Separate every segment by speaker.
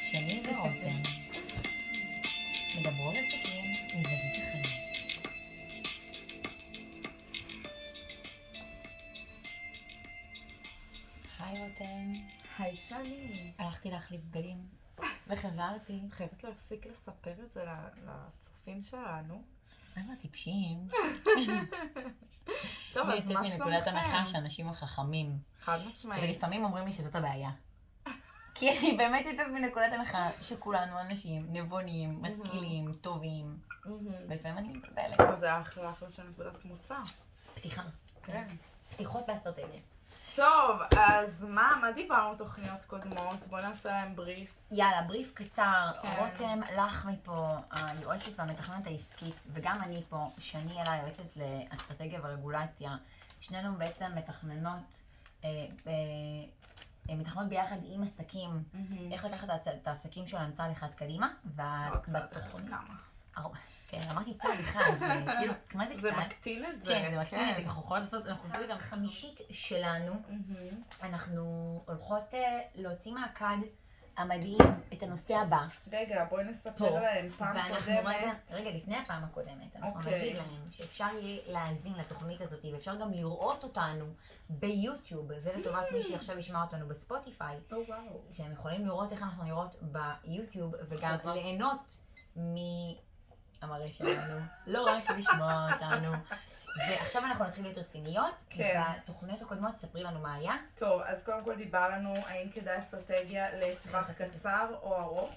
Speaker 1: קיצוני מאוד. מדברות על סכין מזווית אחרת. היי רותם,
Speaker 2: היי שני.
Speaker 1: הלכתי להחליף בגדים וחזרתי.
Speaker 2: את חייבת להפסיק לספר את זה ל- לצופים שלנו.
Speaker 1: למה טיפשים?
Speaker 2: טוב,
Speaker 1: אני
Speaker 2: אז מה
Speaker 1: יוצאת מנקודת הנחה
Speaker 2: שלומכם?
Speaker 1: שאנשים החכמים,
Speaker 2: חד משמעית.
Speaker 1: ולפעמים אומרים לי שזאת הבעיה. כי אני באמת יוצאת מנקודת הנחה שכולנו אנשים נבונים, משכילים, טובים,
Speaker 2: מהמם.
Speaker 1: ולפעמים אני מתבלבלת.
Speaker 2: אז Mm-hmm. זה אחלה אחלה של נקודת מוצא.
Speaker 1: פתיחה.
Speaker 2: כן.
Speaker 1: פתיחות באסטרטגיה.
Speaker 2: טוב, אז מה, מה דיברנו תוכניות קודמות? בוא נעשה להם בריף.
Speaker 1: יאללה, בריף קצר.
Speaker 2: כן.
Speaker 1: רותם, לך מפה, היועצת והמתכננת העסקית, וגם אני פה, שני אלה, היועצת לאסטרטגיה ורגולציה. שנינו בעצם מתכננות, אה, אה, מתכננות ביחד עם עסקים. איך לקחת את העצ- את העסקים שלהם צעד אחד קדימה,
Speaker 2: עוד קצת,
Speaker 1: ובתוכנית...
Speaker 2: לא, כמה.
Speaker 1: ארבע- כן, אמרתי צעד אחד, זה כאילו, מה זה
Speaker 2: זה
Speaker 1: קצת?
Speaker 2: מקטין את זה.
Speaker 1: כן, זה מקטין את זה,
Speaker 2: אה, כן.
Speaker 1: כי אנחנו יכולות לעשות, אנחנו עושים את זה חמישית שלנו.
Speaker 2: מהמם.
Speaker 1: אנחנו הולכות אה, להוציא מהכד המדהים את הנושא הבא.
Speaker 2: רגע, בואי נספר
Speaker 1: פה.
Speaker 2: להם פעם
Speaker 1: ואנחנו רגע,
Speaker 2: קודמת.
Speaker 1: רגע, לפני הפעם הקודמת, אנחנו
Speaker 2: אוקיי.
Speaker 1: נגיד להם שאפשר יהיה להאזין לתוכנית הזאת, ואפשר גם לראות אותנו ביוטיוב, זה לטובת מי שעכשיו ישמע אותנו בספוטיפיי,
Speaker 2: או, וואו.
Speaker 1: שהם יכולים לראות איך אנחנו נראות ביוטיוב, וגם
Speaker 2: נכון.
Speaker 1: ליהנות מהמראה שלנו, לא רק לשמוע אותנו. ועכשיו אנחנו נתחיל להיות רציניות,
Speaker 2: כן.
Speaker 1: בתוכניות הקודמות ספרי לנו מה היה.
Speaker 2: טוב, אז קודם כל דיברנו האם כדאי אסטרטגיה לטווח קצר או ארוך,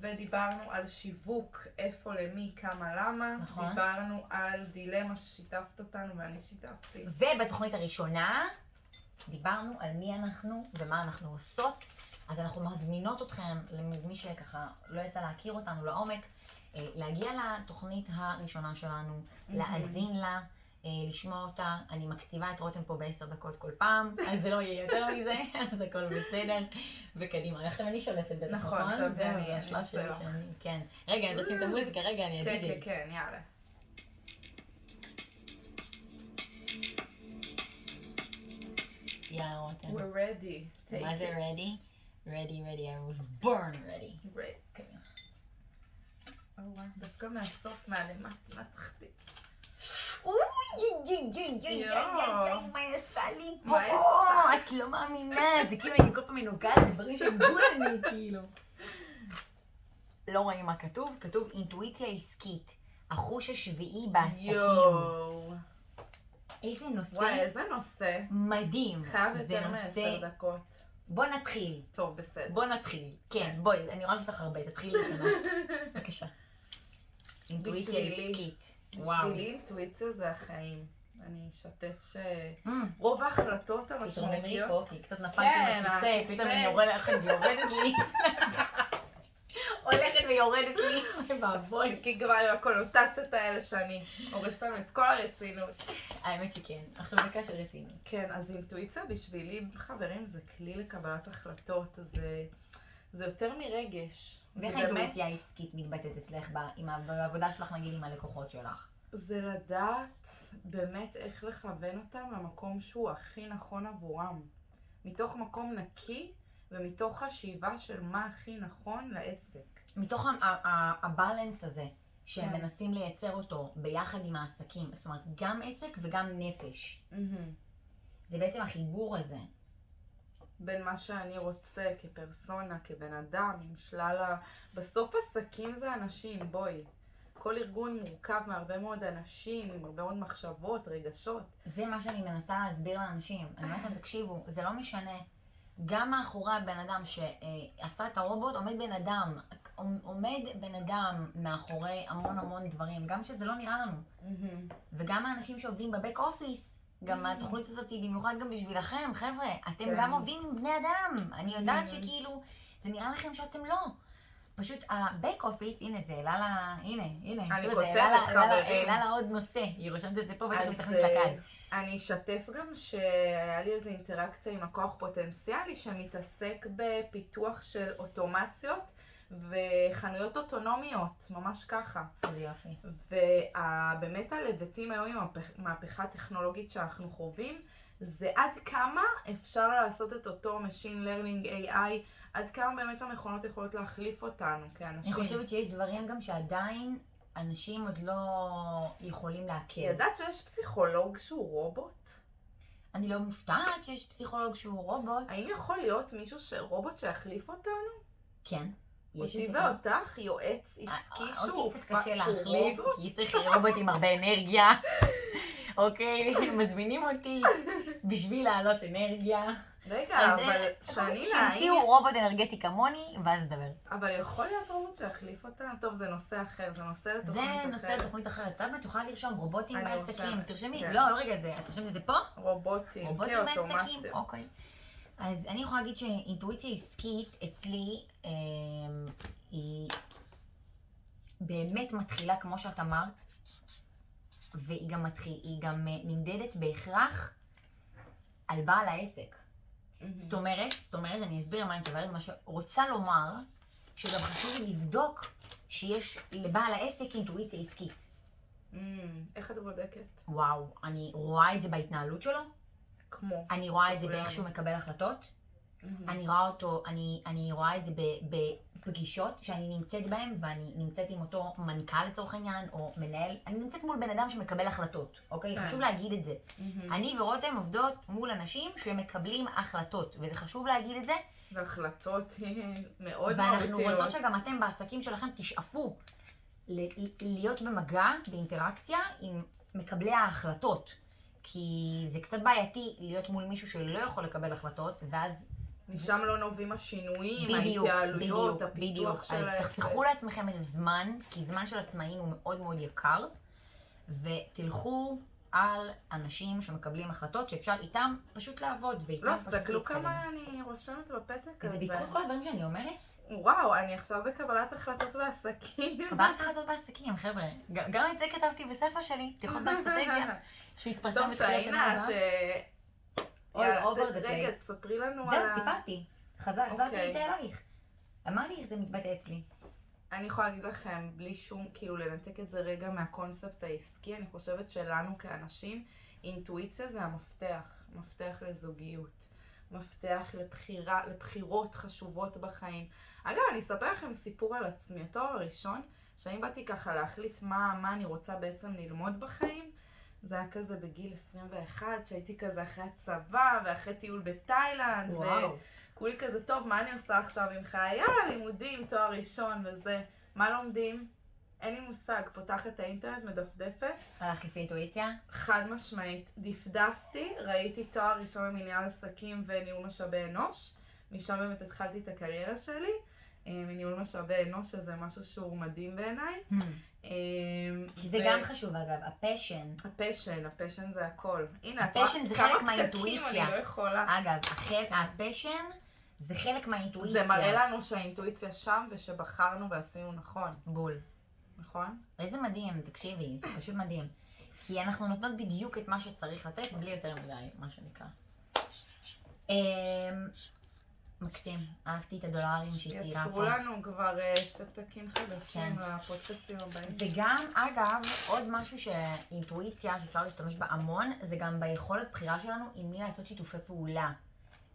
Speaker 2: ודיברנו על שיווק, איפה, למי, כמה, למה.
Speaker 1: נכון.
Speaker 2: דיברנו על דילמה ששיתפת אותנו ואני שיתפתי.
Speaker 1: ובתוכנית הראשונה דיברנו על מי אנחנו ומה אנחנו עושות, אז אנחנו מזמינות אתכם, למי שככה לא יצא להכיר אותנו לעומק, אה, להגיע לתוכנית הראשונה שלנו, להאזין לה. אה, לשמוע אותה, אני מקציבה את רותם פה בעשר דקות כל פעם, אז זה לא יהיה יותר מזה, אז הכל בסדר, וקדימה. עכשיו אני שולפת בטח,
Speaker 2: נכון, טוב,
Speaker 1: זה
Speaker 2: אני-
Speaker 1: השלב
Speaker 2: אני
Speaker 1: שלי
Speaker 2: בסדר.
Speaker 1: שאני- כן. רגע, אז תשים את המוזיקה, רגע, אני
Speaker 2: כן, כן,
Speaker 1: אדיג'י.
Speaker 2: כן, יאללה. כן.
Speaker 1: יאללה רותם.
Speaker 2: We're ready. Take
Speaker 1: מה זה
Speaker 2: it.
Speaker 1: ready? ready, ready, I was born ready.
Speaker 2: Great. Oh, וואו, דווקא מהסוף, מהלמטה, מהתחתית.
Speaker 1: אוי, יי, יי, יי, יי, יי, יי, מה יצא לי פה?
Speaker 2: מה יצא?
Speaker 1: את לא מאמינה, זה כאילו אני כל פעם מנוגעת לדברים שהם בולני, כאילו. לא רואים מה כתוב, כתוב אינטואיציה עסקית, החוש השביעי בעסקים.
Speaker 2: יואו.
Speaker 1: כן. איזה
Speaker 2: וואי,
Speaker 1: נושא
Speaker 2: איזה נושא.
Speaker 1: מדהים.
Speaker 2: חייב
Speaker 1: זה
Speaker 2: יותר מעשר
Speaker 1: נושא-
Speaker 2: דקות.
Speaker 1: בוא נתחיל,
Speaker 2: טוב, בסדר.
Speaker 1: בוא נתחיל. כן, בואי, אני רואה שיש לך הרבה, תתחילי ראשונה. בבקשה. אינטואיציה
Speaker 2: בשבילי.
Speaker 1: עסקית. וואו.
Speaker 2: בשבילי אינטואיציה זה החיים. אני אשתף ש...
Speaker 1: Mm.
Speaker 2: רוב ההחלטות
Speaker 1: תתרוממי
Speaker 2: המשמעותיות...
Speaker 1: פה, כי "אוקיי, קצת נפלתי
Speaker 2: כן,
Speaker 1: מהכיסא,
Speaker 2: הכיסא.
Speaker 1: פתאום אני הולכת ויורדת לי. הולכת ויורדת לי. אוי ואבוי.
Speaker 2: תפסיקי כבר עם הקונוטציות האלה שאני הורסת לנו את כל הרצינות.
Speaker 1: האמת שכן, עכשיו דקה של רצינות.
Speaker 2: כן, אז אינטואיציה בשבילי, חברים, זה כלי לקבלת החלטות, זה... זה יותר מרגש.
Speaker 1: ואיך
Speaker 2: זה באמת-
Speaker 1: האינטואיציה העסקית מתבטאת אצלך ב- עם ה- בעבודה שלך, נגיד, עם הלקוחות שלך?
Speaker 2: זה לדעת באמת איך לכוון אותם למקום שהוא הכי נכון עבורם. מתוך מקום נקי ומתוך חשיבה של מה הכי נכון לעסק.
Speaker 1: מתוך ה- ה- ה- הבלנס הזה, שהם
Speaker 2: כן.
Speaker 1: מנסים לייצר אותו ביחד עם העסקים, זאת אומרת, גם עסק וגם נפש. זה בעצם החיבור הזה.
Speaker 2: בין מה שאני רוצה כפרסונה, כבן אדם, עם שלל ה... בסוף עסקים זה אנשים, בואי. כל ארגון מורכב מהרבה מאוד אנשים, עם הרבה מאוד מחשבות, רגשות.
Speaker 1: זה מה שאני מנסה להסביר לאנשים. אני אומרת להם, תקשיבו, זה לא משנה. גם מאחורי הבן אדם שעשה את הרובוט עומד בן אדם. עומד בן אדם מאחורי המון המון דברים, גם שזה לא נראה לנו. וגם האנשים שעובדים בבק אופיס, גם
Speaker 2: Mm.
Speaker 1: התוכנית הזאת היא במיוחד גם בשבילכם, חבר'ה. אתם
Speaker 2: כן.
Speaker 1: גם עובדים עם בני אדם. אני יודעת
Speaker 2: Mm.
Speaker 1: שכאילו, זה נראה לכם שאתם לא. פשוט הבק אופיס, הנה זה העלה לה, הנה, הנה.
Speaker 2: אני
Speaker 1: זה
Speaker 2: כותבת,
Speaker 1: העלה לה- העלה לה-
Speaker 2: חברים.
Speaker 1: העלה לה עוד נושא, היא רושמת את זה פה ואתם
Speaker 2: אה, אז
Speaker 1: מתכנית לקהל.
Speaker 2: אה, אני אשתף גם שהיה לי איזו אינטראקציה עם לקוח פוטנציאלי שמתעסק בפיתוח של אוטומציות וחנויות אוטונומיות, ממש ככה.
Speaker 1: איזה יופי.
Speaker 2: ובאמת הלבטים היום עם המהפך- המהפכה הטכנולוגית שאנחנו חווים, זה עד כמה אפשר לעשות את אותו Machine Learning AI עד כמה באמת המכונות יכולות להחליף אותנו כאנשים.
Speaker 1: אני חושבת שיש דברים גם שעדיין אנשים עוד לא יכולים להכיר.
Speaker 2: ידעת שיש פסיכולוג שהוא רובוט?
Speaker 1: אני לא מופתעת שיש פסיכולוג שהוא רובוט.
Speaker 2: האם יכול להיות מישהו ש... רובוט שיחליף אותנו?
Speaker 1: כן. יש
Speaker 2: אותי
Speaker 1: את זה.
Speaker 2: ואותך, יועץ עסקי
Speaker 1: אה,
Speaker 2: שהוא
Speaker 1: אותי קצת
Speaker 2: פ-
Speaker 1: קשה
Speaker 2: שהוא
Speaker 1: להחליף,
Speaker 2: רובוט?
Speaker 1: כי צריך רובוט עם הרבה אנרגיה. אוקיי, מזמינים אותי בשביל להעלות אנרגיה.
Speaker 2: רגע,
Speaker 1: אז,
Speaker 2: אבל
Speaker 1: אה,
Speaker 2: שנינה, האם...
Speaker 1: שימציאו רובוט אנרגטי כמוני, ואז נדבר.
Speaker 2: אבל יכול להיות רובוט שיחליף אותה? טוב, זה נושא אחר, זה נושא
Speaker 1: זה
Speaker 2: לתוכנית
Speaker 1: נושא
Speaker 2: אחרת.
Speaker 1: לתוכנית אחרת. את יודעת מה? את יכולה לרשום רובוטים
Speaker 2: אני
Speaker 1: בעסקים.
Speaker 2: רושמת,
Speaker 1: תרשמי,
Speaker 2: כן.
Speaker 1: לא, לא רגע, זה- את רושמת את זה פה?
Speaker 2: רובוטים, כן,
Speaker 1: רובוטים בעסקים,
Speaker 2: כאוטומציות.
Speaker 1: אוקיי. אז אני יכולה להגיד שאינטואיציה עסקית אצלי אמ, היא באמת מתחילה, כמו שאת אמרת, והיא גם, מתחיל, היא גם אה, נמדדת בהכרח על בעל העסק. זאת אומרת, זאת אומרת, אני אסביר למה אני מתכוונת, מה שרוצה לומר, שגם חשוב לי לבדוק שיש לבעל העסק אינטואיציה עסקית.
Speaker 2: אמ, איך את בודקת?
Speaker 1: וואו, אני רואה את זה בהתנהלות שלו,
Speaker 2: כמו.
Speaker 1: אני רואה את זה
Speaker 2: שכולם-
Speaker 1: באיך שהוא מקבל החלטות,
Speaker 2: אמ,
Speaker 1: אני רואה אותו, אני, אני רואה את זה ב- בפגישות שאני נמצאת בהן, ואני נמצאת עם אותו מנכ"ל לצורך העניין, או מנהל, אני נמצאת מול בן אדם שמקבל החלטות, אוקיי?
Speaker 2: כן.
Speaker 1: חשוב להגיד את זה.
Speaker 2: אמ,
Speaker 1: אני ורותם עובדות מול אנשים שמקבלים החלטות, וזה חשוב להגיד את זה,
Speaker 2: והחלטות אה, מאוד
Speaker 1: ואנחנו
Speaker 2: מהותיות.
Speaker 1: רוצות שגם אתם בעסקים שלכם תשאפו ל- להיות במגע, באינטראקציה עם מקבלי ההחלטות. כי זה קצת בעייתי להיות מול מישהו שלא יכול לקבל החלטות, ואז
Speaker 2: משם לא נובעים השינויים,
Speaker 1: בדיוק,
Speaker 2: ההתייעלויות,
Speaker 1: בדיוק,
Speaker 2: הפיתוח
Speaker 1: בדיוק.
Speaker 2: של
Speaker 1: אז
Speaker 2: העסק.
Speaker 1: תחסכו לעצמכם איזה זמן, כי זמן של עצמאים הוא מאוד מאוד יקר, ותלכו על אנשים שמקבלים החלטות שאפשר איתם פשוט לעבוד, ואיתם
Speaker 2: לא,
Speaker 1: פשוט
Speaker 2: תסתכלו
Speaker 1: להתקדם.
Speaker 2: כמה אני רושמת בפתק
Speaker 1: זה נכון.
Speaker 2: הזה.
Speaker 1: בזכות כל הדברים שאני אומרת.
Speaker 2: וואו, אני עכשיו בקבלת החלטות בעסקים.
Speaker 1: קבלת החלטות בעסקים, חבר'ה. ג- גם את זה כתבתי בספר שלי, פתיחות באסטרטגיה, שהתפרסם
Speaker 2: טוב,
Speaker 1: בתחילת שנה
Speaker 2: שיינה,
Speaker 1: הבאה.
Speaker 2: את... אה,
Speaker 1: All
Speaker 2: יאללה,
Speaker 1: over the
Speaker 2: רגע,
Speaker 1: place.
Speaker 2: תספרי לנו על
Speaker 1: זהו,
Speaker 2: ה...
Speaker 1: סיפרתי. חזר- חזרתי
Speaker 2: אוקיי.
Speaker 1: את זה אלייך. אמרתי איך זה מתבטא אצלי.
Speaker 2: אני יכולה להגיד לכם, בלי שום, כאילו, לנתק את זה רגע מהקונספט העסקי, אני חושבת שלנו כאנשים, אינטואיציה זה המפתח. מפתח לזוגיות. מפתח לבחירה, לבחירות חשובות בחיים. אגב, אני אספר לכם סיפור על עצמי. התואר הראשון, שאני באתי ככה להחליט מה, מה אני רוצה בעצם ללמוד בחיים, זה היה כזה בגיל 21, שהייתי כזה אחרי הצבא, ואחרי טיול בתאילנד, ו... כולי כזה, טוב, מה אני עושה עכשיו עם חיי? יאללה, לימודים, תואר ראשון וזה. מה לומדים? אין לי מושג. פותחת את האינטרנט, מדפדפת.
Speaker 1: הלכת לפי אינטואיציה?
Speaker 2: חד משמעית. דפדפתי, ראיתי תואר ראשון במנהל עסקים וניהול משאבי אנוש. משם באמת התחלתי את הקריירה שלי. אה, מניהול משאבי אנוש, שזה משהו שהוא מדהים בעיניי.
Speaker 1: Hmm.
Speaker 2: אה,
Speaker 1: שזה
Speaker 2: ו-
Speaker 1: גם חשוב אגב, הפשן.
Speaker 2: הפשן, הפשן זה הכל. הנה, את
Speaker 1: הפשן
Speaker 2: רואה
Speaker 1: זה
Speaker 2: כמה
Speaker 1: חלק
Speaker 2: פתקים
Speaker 1: מהאינטואיציה.
Speaker 2: אני לא יכולה.
Speaker 1: אגב, החל- הפשן זה חלק מהאינטואיציה.
Speaker 2: זה מראה לנו שהאינטואיציה שם ושבחרנו ועשינו נכון,
Speaker 1: בול.
Speaker 2: נכון?
Speaker 1: איזה מדהים, תקשיבי, זה פשוט מדהים. כי אנחנו נותנות בדיוק את מה שצריך לתת, בלי יותר מדי, מה שנקרא. אמ, מקסים, אהבתי את הדולרים שהיא ציירה
Speaker 2: יצרו
Speaker 1: פה.
Speaker 2: לנו כבר אה, שתי פתקים חדשים
Speaker 1: כן.
Speaker 2: לפודקאסטים הבאים.
Speaker 1: וגם, אגב, עוד משהו שאינטואיציה שאפשר להשתמש בה המון, זה גם ביכולת בחירה שלנו עם מי לעשות שיתופי פעולה.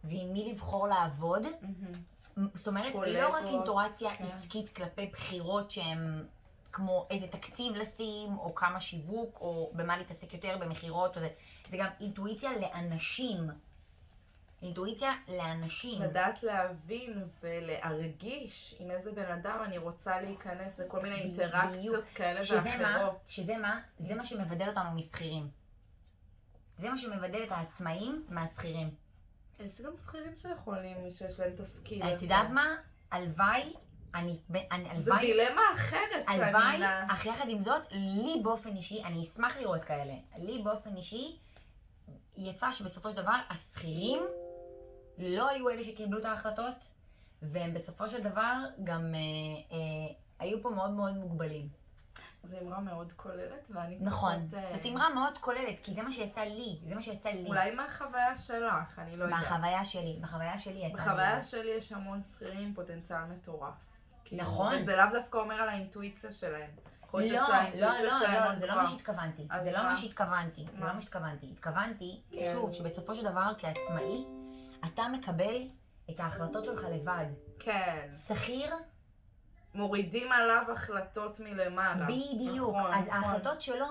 Speaker 1: ועם מי לבחור לעבוד, זאת אומרת, לא
Speaker 2: קולגות,
Speaker 1: רק אינטואציה
Speaker 2: כן.
Speaker 1: עסקית כלפי בחירות שהן כמו איזה תקציב לשים, או כמה שיווק, או במה להתעסק יותר, במכירות, או זה, זה גם אינטואיציה לאנשים. אינטואיציה לאנשים.
Speaker 2: לדעת להבין ולהרגיש עם איזה בן אדם אני רוצה להיכנס לכל מיני
Speaker 1: בדיוק.
Speaker 2: אינטראקציות כאלה
Speaker 1: שזה מה,
Speaker 2: ואחרות.
Speaker 1: שזה מה, זה מה שמבדל אותנו משכירים. זה מה שמבדל את העצמאים מהשכירים.
Speaker 2: יש גם שכירים שיכולים, שיש להם תסקיר.
Speaker 1: את יודעת מה? הלוואי, אני, אני
Speaker 2: זה
Speaker 1: הלוואי
Speaker 2: דילמה אחרת שאני...
Speaker 1: הלוואי,
Speaker 2: לה-
Speaker 1: אך יחד עם זאת, לי באופן אישי, אני אשמח לראות כאלה, לי באופן אישי, יצא שבסופו של דבר השכירים לא היו אלה שקיבלו את ההחלטות, והם בסופו של דבר גם אה, אה, היו פה מאוד מאוד מוגבלים.
Speaker 2: זו אמרה מאוד כוללת, ואני
Speaker 1: נכון.
Speaker 2: פחות, אה,
Speaker 1: זאת אמרה מאוד כוללת, כי זה מה שיצא לי, זה מה שיצא לי.
Speaker 2: אולי מהחוויה שלך, אני לא יודעת.
Speaker 1: מהחוויה שלי, בחוויה שלי יצא לי.
Speaker 2: בחוויה שלי יש המון שכירים עם פוטנציאל מטורף. כאילו,
Speaker 1: נכון.
Speaker 2: וזה לאו דווקא אומר על האינטואיציה שלהם. יכול
Speaker 1: לא,
Speaker 2: להיות
Speaker 1: לא,
Speaker 2: שהאינטואיציה
Speaker 1: לא,
Speaker 2: שלהם
Speaker 1: לא,
Speaker 2: עוד
Speaker 1: זה לא
Speaker 2: גבוהה.
Speaker 1: מה שהתכוונתי.
Speaker 2: אז
Speaker 1: זה לא
Speaker 2: מה?
Speaker 1: מה שהתכוונתי. זה
Speaker 2: מה?
Speaker 1: לא מה שהתכוונתי. התכוונתי,
Speaker 2: כן.
Speaker 1: שוב, שבסופו של דבר, כעצמאי, אתה מקבל את ההחלטות שלך לבד.
Speaker 2: כן.
Speaker 1: שכיר,
Speaker 2: מורידים עליו החלטות מלמעלה.
Speaker 1: בדיוק.
Speaker 2: נכון,
Speaker 1: אז
Speaker 2: נכון.
Speaker 1: ההחלטות שלו,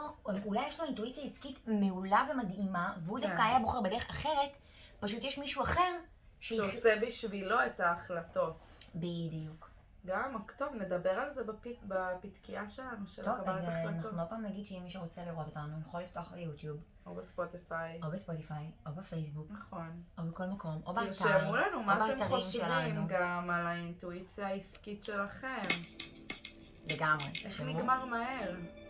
Speaker 1: אולי יש לו אינטואיציה עסקית מעולה ומדהימה, והוא
Speaker 2: כן.
Speaker 1: דווקא היה בוחר בדרך אחרת, פשוט יש מישהו אחר ש...
Speaker 2: שעושה בשבילו את ההחלטות.
Speaker 1: בדיוק.
Speaker 2: גם, טוב, נדבר על זה בפית, בפתקייה שלנו, של
Speaker 1: טוב,
Speaker 2: קבלת
Speaker 1: אז אה, אנחנו
Speaker 2: החלטות.
Speaker 1: עוד פעם נגיד שאם מישהו רוצה לראות אותנו, יכול לפתוח ביוטיוב,
Speaker 2: או בספוטיפיי.
Speaker 1: או בספוטיפיי, או בפייסבוק,
Speaker 2: נכון.
Speaker 1: או בכל מקום, או באתר.
Speaker 2: תרשמו לנו מה אתם
Speaker 1: באתרים
Speaker 2: חושבים
Speaker 1: שלנו.
Speaker 2: גם על האינטואיציה העסקית שלכם.
Speaker 1: לגמרי.
Speaker 2: איך
Speaker 1: תרשמו.
Speaker 2: נגמר מהר.